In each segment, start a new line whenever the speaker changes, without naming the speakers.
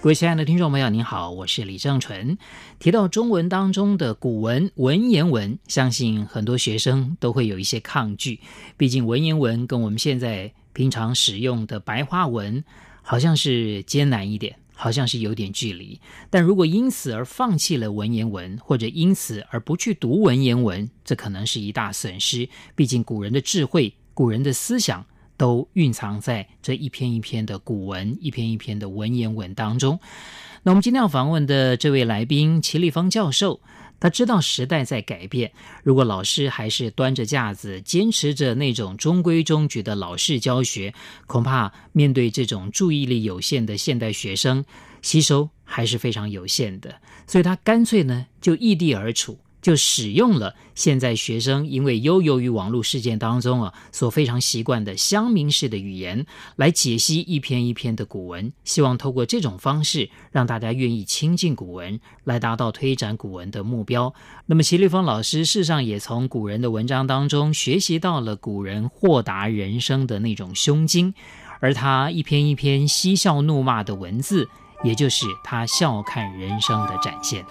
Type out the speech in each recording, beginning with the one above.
各位亲爱的听众朋友，您好，我是李正淳。提到中文当中的古文文言文，相信很多学生都会有一些抗拒，毕竟文言文跟我们现在平常使用的白话文好像是艰难一点，好像是有点距离。但如果因此而放弃了文言文，或者因此而不去读文言文，这可能是一大损失。毕竟古人的智慧，古人的思想。都蕴藏在这一篇一篇的古文、一篇一篇的文言文当中。那我们今天要访问的这位来宾，齐立方教授，他知道时代在改变，如果老师还是端着架子，坚持着那种中规中矩的老式教学，恐怕面对这种注意力有限的现代学生，吸收还是非常有限的。所以他干脆呢，就异地而处。就使用了现在学生因为悠游于网络事件当中啊所非常习惯的乡民式的语言来解析一篇一篇的古文，希望透过这种方式让大家愿意亲近古文，来达到推展古文的目标。那么齐立峰老师事实上也从古人的文章当中学习到了古人豁达人生的那种胸襟，而他一篇一篇嬉笑怒骂的文字，也就是他笑看人生的展现。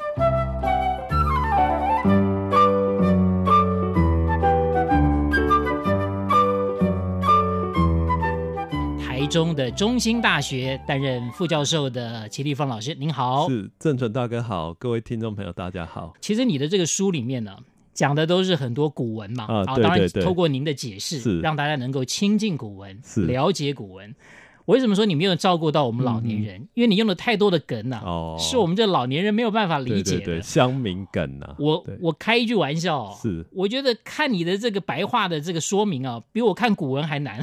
中的中兴大学担任副教授的齐立峰老师，您好，
是郑纯大哥好，各位听众朋友大家好。
其实你的这个书里面呢，讲的都是很多古文嘛，
啊，
当然
对对
透过您的解释，
是
让大家能够亲近古文，
是
了解古文。我为什么说你没有照顾到我们老年人？因为你用了太多的梗呐、
嗯哦
是我们这老年人没有办法理解的。
对对对，乡民梗呐、
我
对
我开一句玩笑、哦，
是
我觉得看你的这个白话的这个说明啊，比我看古文还 难。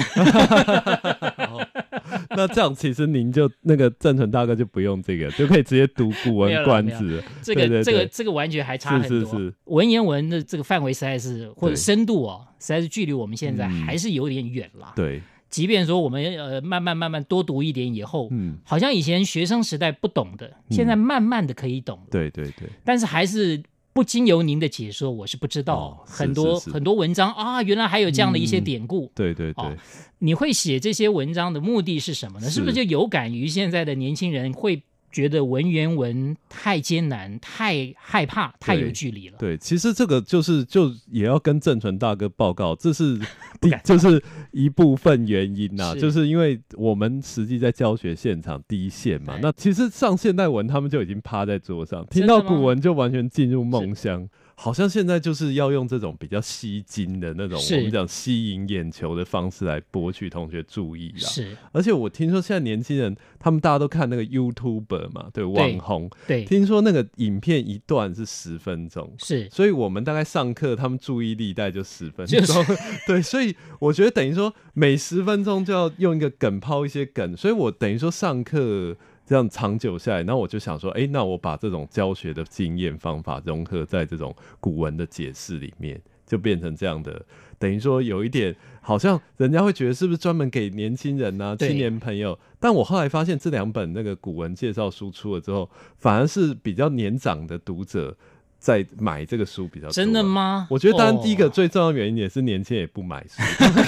那这样其实您就那个郑纯大哥就不用这个，就可以直接读 古
没有啦
文观止了。
这个
对对对
这个这个完全还差很多。
是是是
文言文的这个范围实在是或者
对
深度哦，实在是距离我们现在
嗯
还是有点远啦。
对，
即便说我们呃慢慢慢慢多读一点以后，
嗯，
好像以前学生时代不懂的，现在慢慢的可以懂了。
对对对，
但是还是不经由您的解说，我是不知道、
哦是
很多
是是
很多文章啊，原来还有这样的一些
嗯
典故。
对对对，
哦你会写这些文章的目的是什么呢？
嗯是
是不是就有感于现在的年轻人会觉得文言文太艰难、太害怕、太有距离了？
对，其实这个就是就也要跟郑纯大哥报告，这 是
不
第
敢
就是一部分原因呐、
是
就是因为我们实际在教学现场第一线嘛
对，
那其实上现代文他们就已经趴在桌上，
真
听
的
到
吗
古文就完全进入梦乡。好像现在就是要用这种比较吸睛的那种，
是
我们讲吸引眼球的方式来博取同学注意啊。
是，
而且我听说现在年轻人，他们大家都看那个 YouTuber 嘛，对网红，
对，
听说那个影片一段是十分钟，
是
所以我们大概上课，他们注意力大概就十分
就
钟，
是
对，所以我觉得等于说每十分钟就要用一个梗抛一些梗，所以我等于说上课这样长久下来，那我就想说，哎、那我把这种教学的经验方法融合在这种古文的解释里面，就变成这样的，等于说有一点好像人家会觉得是不是专门给年轻人啊、
对
青年朋友，但我后来发现这两本那个古文介绍书出了之后，反而是比较年长的读者。在买这个书比较多
真的吗？
啊我觉得当然第一个
哦
最重要的原因也是年轻人也不买 书，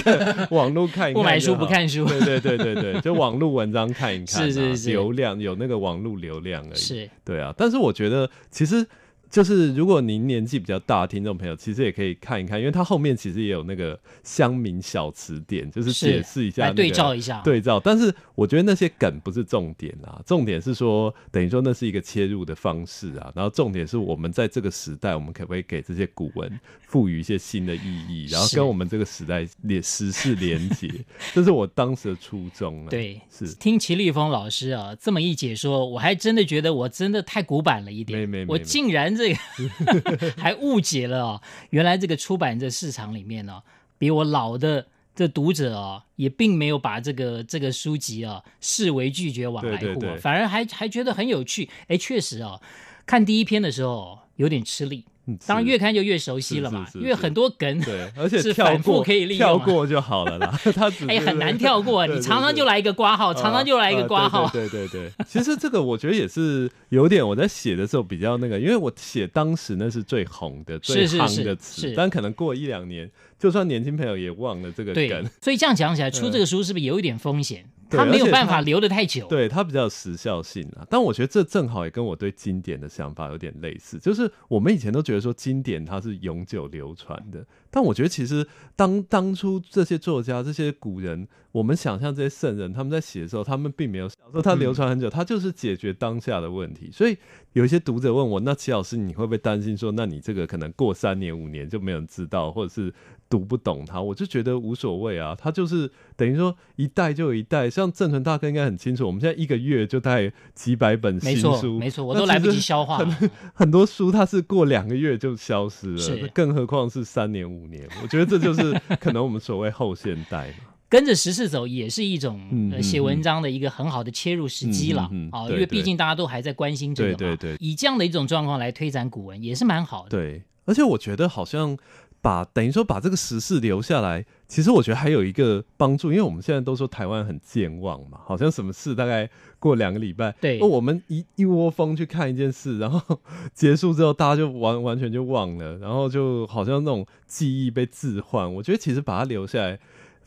看网络看一看
不买书
就
不。
好
看书
对对对对对，就网络文章看一看、啊，
是是是
流量有那个网络流量而已。
是
对啊，但是我觉得其实就是如果您年纪比较大，听众朋友其实也可以看一看，因为它后面其实也有那个乡民小词典，就是
是
解释一下、那
来
个、
对照一下，
对照，但是我觉得那些梗不是重点啊，重点是说，等于说那是一个切入的方式啊，然后重点是我们在这个时代，我们可不可以给这些古文赋予一些新的意义，然后
是
跟我们这个时代连时事连 结，这是我当时的初衷啊。，
对。
是
听齐立峰老师啊这么一解说，我还真的觉得我真的太古板了一点，
没没没
我
没
竟然这 个还误解了哦，原来这个出版这市场里面呢、比我老的这读者哦，也并没有把这个这个书籍啊视为拒绝往来户啊、
对对对
哦反而还还觉得很有趣。哎，确实哦，看第一篇的时候有点吃力，
嗯
当然
是
越看就越熟悉了嘛，
是是是
因为
是
很多梗
对，而且
是
跳
反复
过
可以利用
跳
啊
过就好了啦。 他只
哎
是
很难跳过啊，
对
你
对
常常
对
就来一个挂号，常常就来一个挂
挂
号，
啊对对对 对，其实这个我觉得也是有点我在写的时候比较那个，因为我写当时那是最红的、
是
最
是
夯
是
的词
是，
但可能过一两年，就算年轻朋友也忘了这个
对
梗。，嗯
所以这样讲起来，出这个书是不是有一点风险？
对
它没有
而且它
办法留得太久。
对它比较有时效性啊，但我觉得这正好也跟我对经典的想法有点类似，就是我们以前都觉得说经典它是永久流传的，但我觉得其实当当初这些作家、这些古人，我们想象这些圣人他们在写的时候，他们并没有想说它流传很久，它就是解决当下的问题。所以有一些读者问我，那齐老师你会不会担心说，那你这个可能过三年五年就没有人知道，或者是读不懂它？我就觉得无所谓啊，它就是等于说一代就有一代，像郑纯大哥应该很清楚，我们现在一个月就带几百本
没
新
错，
书，
没错，我
那
都来
其
不
实
及消化。
很多书它是过两个月就消失了，
是
那更何况是三年五年。我觉得这就是可能我们所谓后现代嘛。
跟着时事走也是一种、
嗯
呃
嗯
写文章的一个很好的切入时机了、
嗯嗯嗯
啊，
对
因为毕
对
竟大家都还在关心这个嘛。
对对对
以这样的一种状况来推展古文也是蛮好的。
对，而且我觉得好像把等于说把这个时事留下来，其实我觉得还有一个帮助，因为我们现在都说台湾很健忘嘛，好像什么事大概过两个礼拜，
对
哦我们一一窝蜂去看一件事，然后结束之后大家就完完全就忘了，然后就好像那种记忆被置换。我觉得其实把它留下来。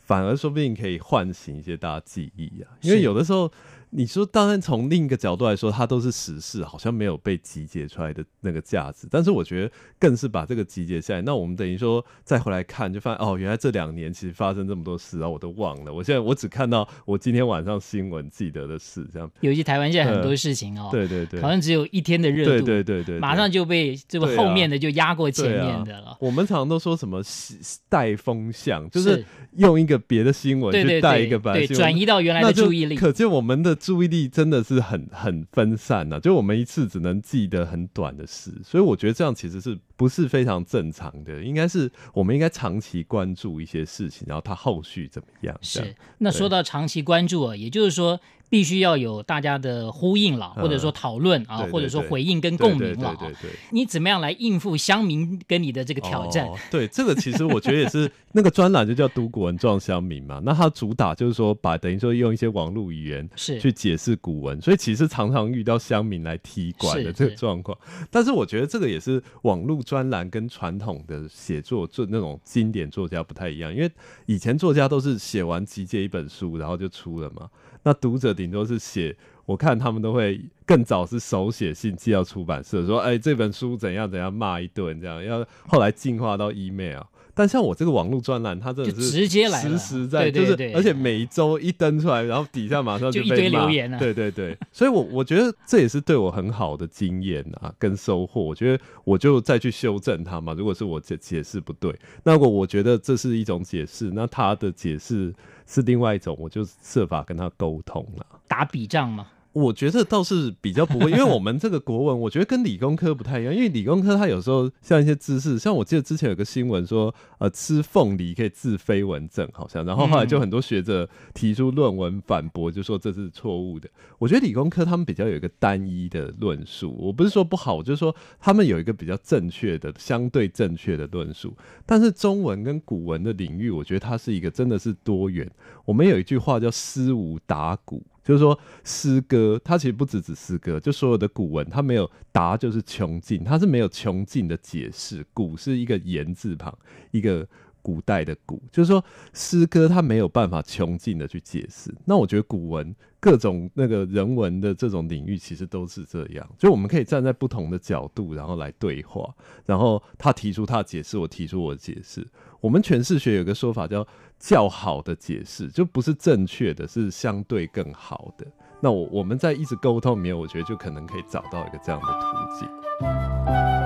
反而说不定可以唤醒一些大家记忆啊，因为
是
有的时候你说，当然从另一个角度来说，它都是时事，好像没有被集结出来的那个价值。但是我觉得更是把这个集结下来，那我们等于说再回来看，就发现哦，原来这两年其实发生这么多事啊，我都忘了。我现在我只看到我今天晚上新闻记得的事，这样。
尤其台湾现在很多事情哦，
嗯对对对，
好像只有一天的热
对
度，
对对对，
马
对
上就被这
对
个
啊
后面的就压过前
对啊
面的了。
我们常常都说什么是带风向，就是是用一个别的新闻
对
去
对
带一
对
个白
对，
新闻，
转移到原来的
那就
注意力。
可见我们的注意力真的是很很分散呐、就我们一次只能记得很短的事，所以我觉得这样其实是不是非常正常的？应该是我们应该长期关注一些事情，然后它后续怎么样？这样
是，那
对
说到长期关注啊，也就是说，必须要有大家的呼应了，
嗯
或者说讨论啊，
对对
或者说
对
回应跟
对
共鸣了啊。
对对对对。
你怎么样来应付乡民跟你的这个挑战？
哦对，这个其实我觉得也是那个专栏就叫“读古文撞乡民”嘛，那它主打就是说把等于说用一些网络语言
是
去解释古文，所以其实常常遇到乡民来踢馆的
是
这个
是
状况。但是我觉得这个也是网络专栏跟传统的写作做那种经典作家不太一样，因为以前作家都是写完集结一本书然后就出了嘛，那读者顶多是写。我看他们都会更早是手写信寄到出版社，说：“哎、这本书怎样怎样骂一顿，这样要后来进化到 email。”但像我这个网络专栏，它真的
就是直接来了啊
实实
对
在，
对
就是
对
而且每一周一登出来，然后底下马上
就一
被
堆
骂
留言啊
对对对，所以我我觉得这也是对我很好的经验啊，跟收获。我觉得我就再去修正它嘛，如果是我解解释不对，那如果我觉得这是一种解释，那他的解释是另外一种，我就设法跟他沟通了。
打笔仗嘛，
我觉得倒是比较不会，因为我们这个国文，我觉得跟理工科不太一样，因为理工科它有时候像一些知识，像我记得之前有个新闻说，呃，吃凤梨可以治飞蚊症，好像，然后后来就很多学者提出论文反驳，就说这是错误的。我觉得理工科他们比较有一个单一的论述，我不是说不好，我就是说他们有一个比较正确的、相对正确的论述，但是中文跟古文的领域，我觉得它是一个真的是多元。我们有一句话叫“诗无达古”，就是说诗歌它其实不只指诗歌，就所有的古文它没有“达”就是穷尽，它是没有穷尽的解释。古是一个言字旁，一个古代的古，就是说诗歌它没有办法穷尽的去解释。那我觉得古文各种那个人文的这种领域，其实都是这样，就我们可以站在不同的角度，然后来对话。然后他提出他的解释，我提出我的解释。我们诠释学有个说法叫“较好的解释”，就不是正确的，是相对更好的。那我我们在一直沟通里面，我觉得就可能可以找到一个这样的途径。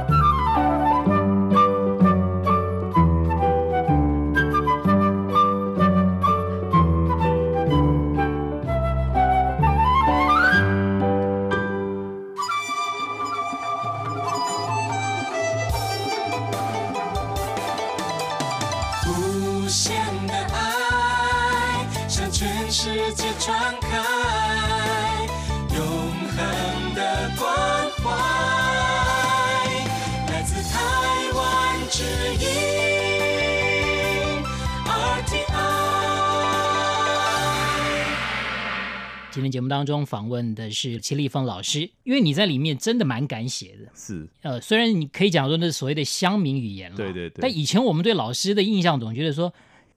无限的爱向全世界传开，永恒的关怀来自台
今天节目当中访问的是齐立峰老师，因为你在里面真的蛮敢写的。
是
呃，虽然你可以讲说那是所谓的乡民语言了，啊
对对对
但以前我们对老师的印象总觉得说，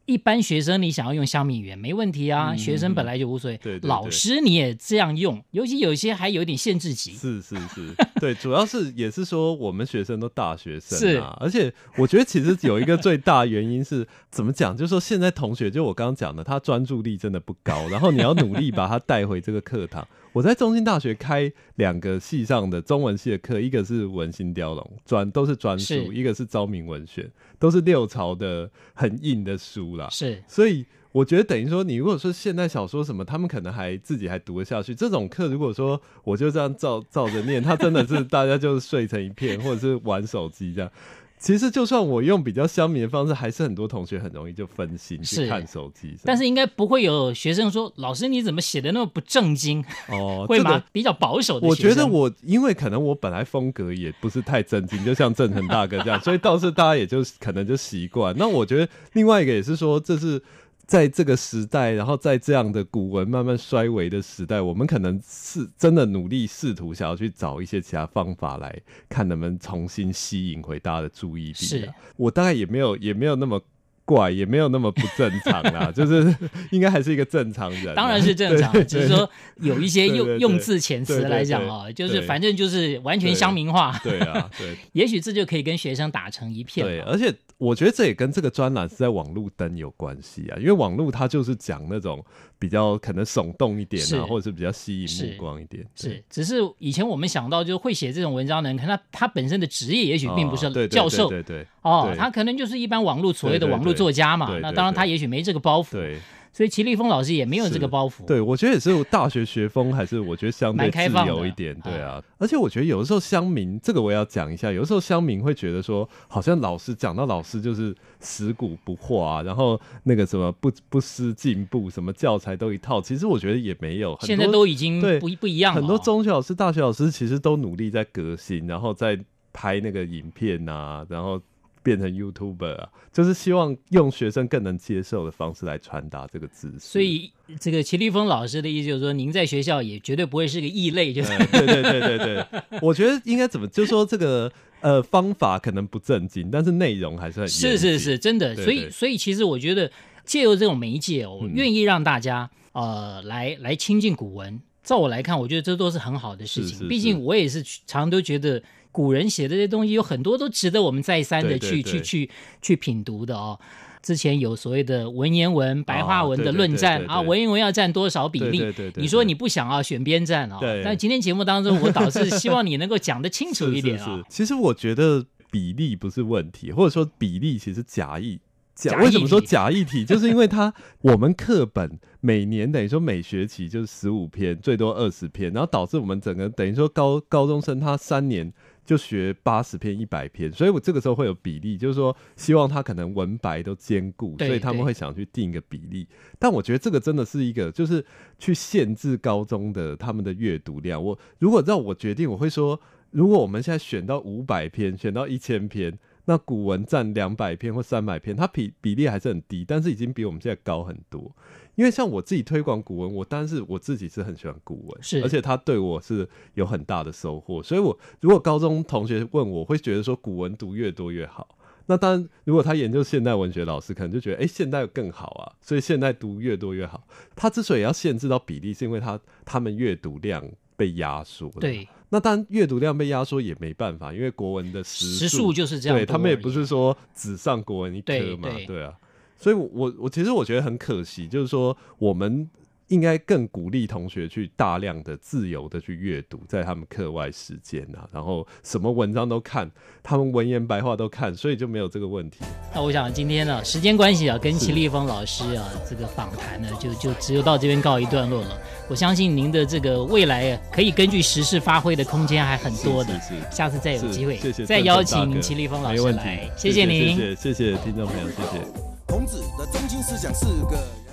一般学生你想要用乡民语言没问题啊，
嗯
学生本来就无所谓。
对对对
老师你也这样用，尤其有些还有一点限制级。
是是是， 对，主要是也是说我们学生都大学
是
生啊，而且我觉得其实有一个最大原因是怎么讲，就是说现在同学就我刚刚讲的，他专注力真的不高，然后你要努力把他带回这个课堂。我在中兴大学开两个系上的中文系的课，一个是文心雕龙，专都是专书
是，
一个是昭明文学，都是六朝的很硬的书啦。
是
所以我觉得等于说，你如果说现代小说什么，他们可能还自己还读得下去。这种课如果说我就这样照照着念，他真的是大家就是睡成一片，或者是玩手机这样。其实就算我用比较消弭的方式，还是很多同学很容易就分心
是
去看手机。
但是应该不会有学生说，老师你怎么写的那么不正经？
哦，
会
这个
吗？比较保守的
我
学
觉
生，
得我因为可能我本来风格也不是太正经，就像郑成大哥这样，所以倒是大家也就可能就习惯。那我觉得另外一个也是说，这是在这个时代，然后在这样的古文慢慢衰微的时代，我们可能是真的努力试图想要去找一些其他方法来看能不能重新吸引回大家的注意力、啊。
是
我大概也没有也没有那么。怪也没有那么不正常啦，就是 应该还是一个正常人啊。
当然是正常，
对
只是说有一些
对对
用
对
用字遣词
对对
来讲
对
哦，就是
对
反正就是完全
对
乡民化，
对啊，对
也许这就可以跟学生打成一片
对，
了。
而且我觉得这也跟这个专栏是在网路登有关系啊，因为网路它就是讲那种比较可能耸动一点
是
啊，或者是比较吸引
是
目光一点。对
是，只是以前我们想到，就是会写这种文章的人，可能他他本身的职业也许并不
啊
是
对对
教授
对对
哦，
对
他可能就是一般网络所谓的
对对
网络作家
对
嘛。
对
那
对
当然，
对
他也许没这个包袱，
对
所以齐立峰老师也没有这
是
个包袱。
对，我觉得也是大学学风，还是我觉得相
哦
对
蛮开
自
放的
由一点，对啊。而且我觉得有的时候乡民，这个我也要讲一下，有的时候乡民会觉得说，好像老师讲到老师就是死古不化、啊然后那个什么不不思进步，什么教材都一套。其实我觉得也没有，很
现在
多
都已经
对
不不一样了哦，
很多中学老师、大学老师其实都努力在革新，然后在拍那个影片啊，然后变成 YouTuber 啊，就是希望用学生更能接受的方式来传达这个知识。
所，以这个齐立峰老师的意思就是说，您在学校也绝对不会是个异类，就是
呃、 对对对对对， 我觉得应该怎么，就说这个呃方法可能不正经，但是内容还是很
是
严
是
谨
是，，真的。
对
所以
对
所以其实我觉得借由这种媒介哦，我
嗯
愿意让大家呃来来亲近古文。照我来看，我觉得这都是很好的事
是
情。
是是
毕竟我也是去常都觉得古人写的这些东西有很多都值得我们再三的
对对
去
对
去去去品读的哦。之前有所谓的文言文、白话文的
对对
论
对
战
对
啊，
对
文言文要占多少比
对
例？
对对对
你说
对
你不想要选边站哦，
对
但今天节目当中，我倒是希望你能够讲得清楚一点啊、
是是是其实我觉得比例不是问题，或者说比例其实假意。
假
假
议题
为什么说假议题？就是因为它我们课本每年等于说每学期就是十五篇，最多二十篇，然后导致我们整个等于说高高中生他三年就学八十篇、一百篇，所以我这个时候会有比例，就是说希望他可能文白都兼顾，
对
所以他们
对
会想去定一个比例。但我觉得这个真的是一个，就是去限制高中的他们的阅读量。我如果让我决定，我会说，如果我们现在选到五百篇，选到一千篇，那古文占两百篇或三百篇，它比比例还是很低，但是已经比我们现在高很多。因为像我自己推广古文，我当然是我自己是很喜欢古文，
是
而且它对我是有很大的收获。所以我如果高中同学问我，我会觉得说古文读越多越好。那当然，如果他研究现代文学，老师可能就觉得，哎、现代更好啊，所以现代读越多越好。他之所以要限制到比例，是因为他他们阅读量被压缩。
对，，
那当然阅读量被压缩也没办法，因为国文的
时
时
数就是这样多而已。
对他们也不是说只上国文一
对
科嘛，
对
啊。所以我，我我其实我觉得很可惜，就是说我们应该更鼓励同学去大量的自由的去阅读，在他们课外时间啊，然后什么文章都看，他们文言白话都看，所以就没有这个问题。
那我想今天呢、时间关系啊，跟
是
齐立峰老师啊这个访谈呢，就就只有到这边告一段落了。我相信您的这个未来啊可以根据时事发挥的空间还很多的，
是是是
下次再有
是
机会
谢谢
再
郑
邀
郑大
请
哥
齐立峰老
没
师
问题
来，
谢
谢您。
谢谢谢听众朋友，谢谢。
孔子的中心思想是个人。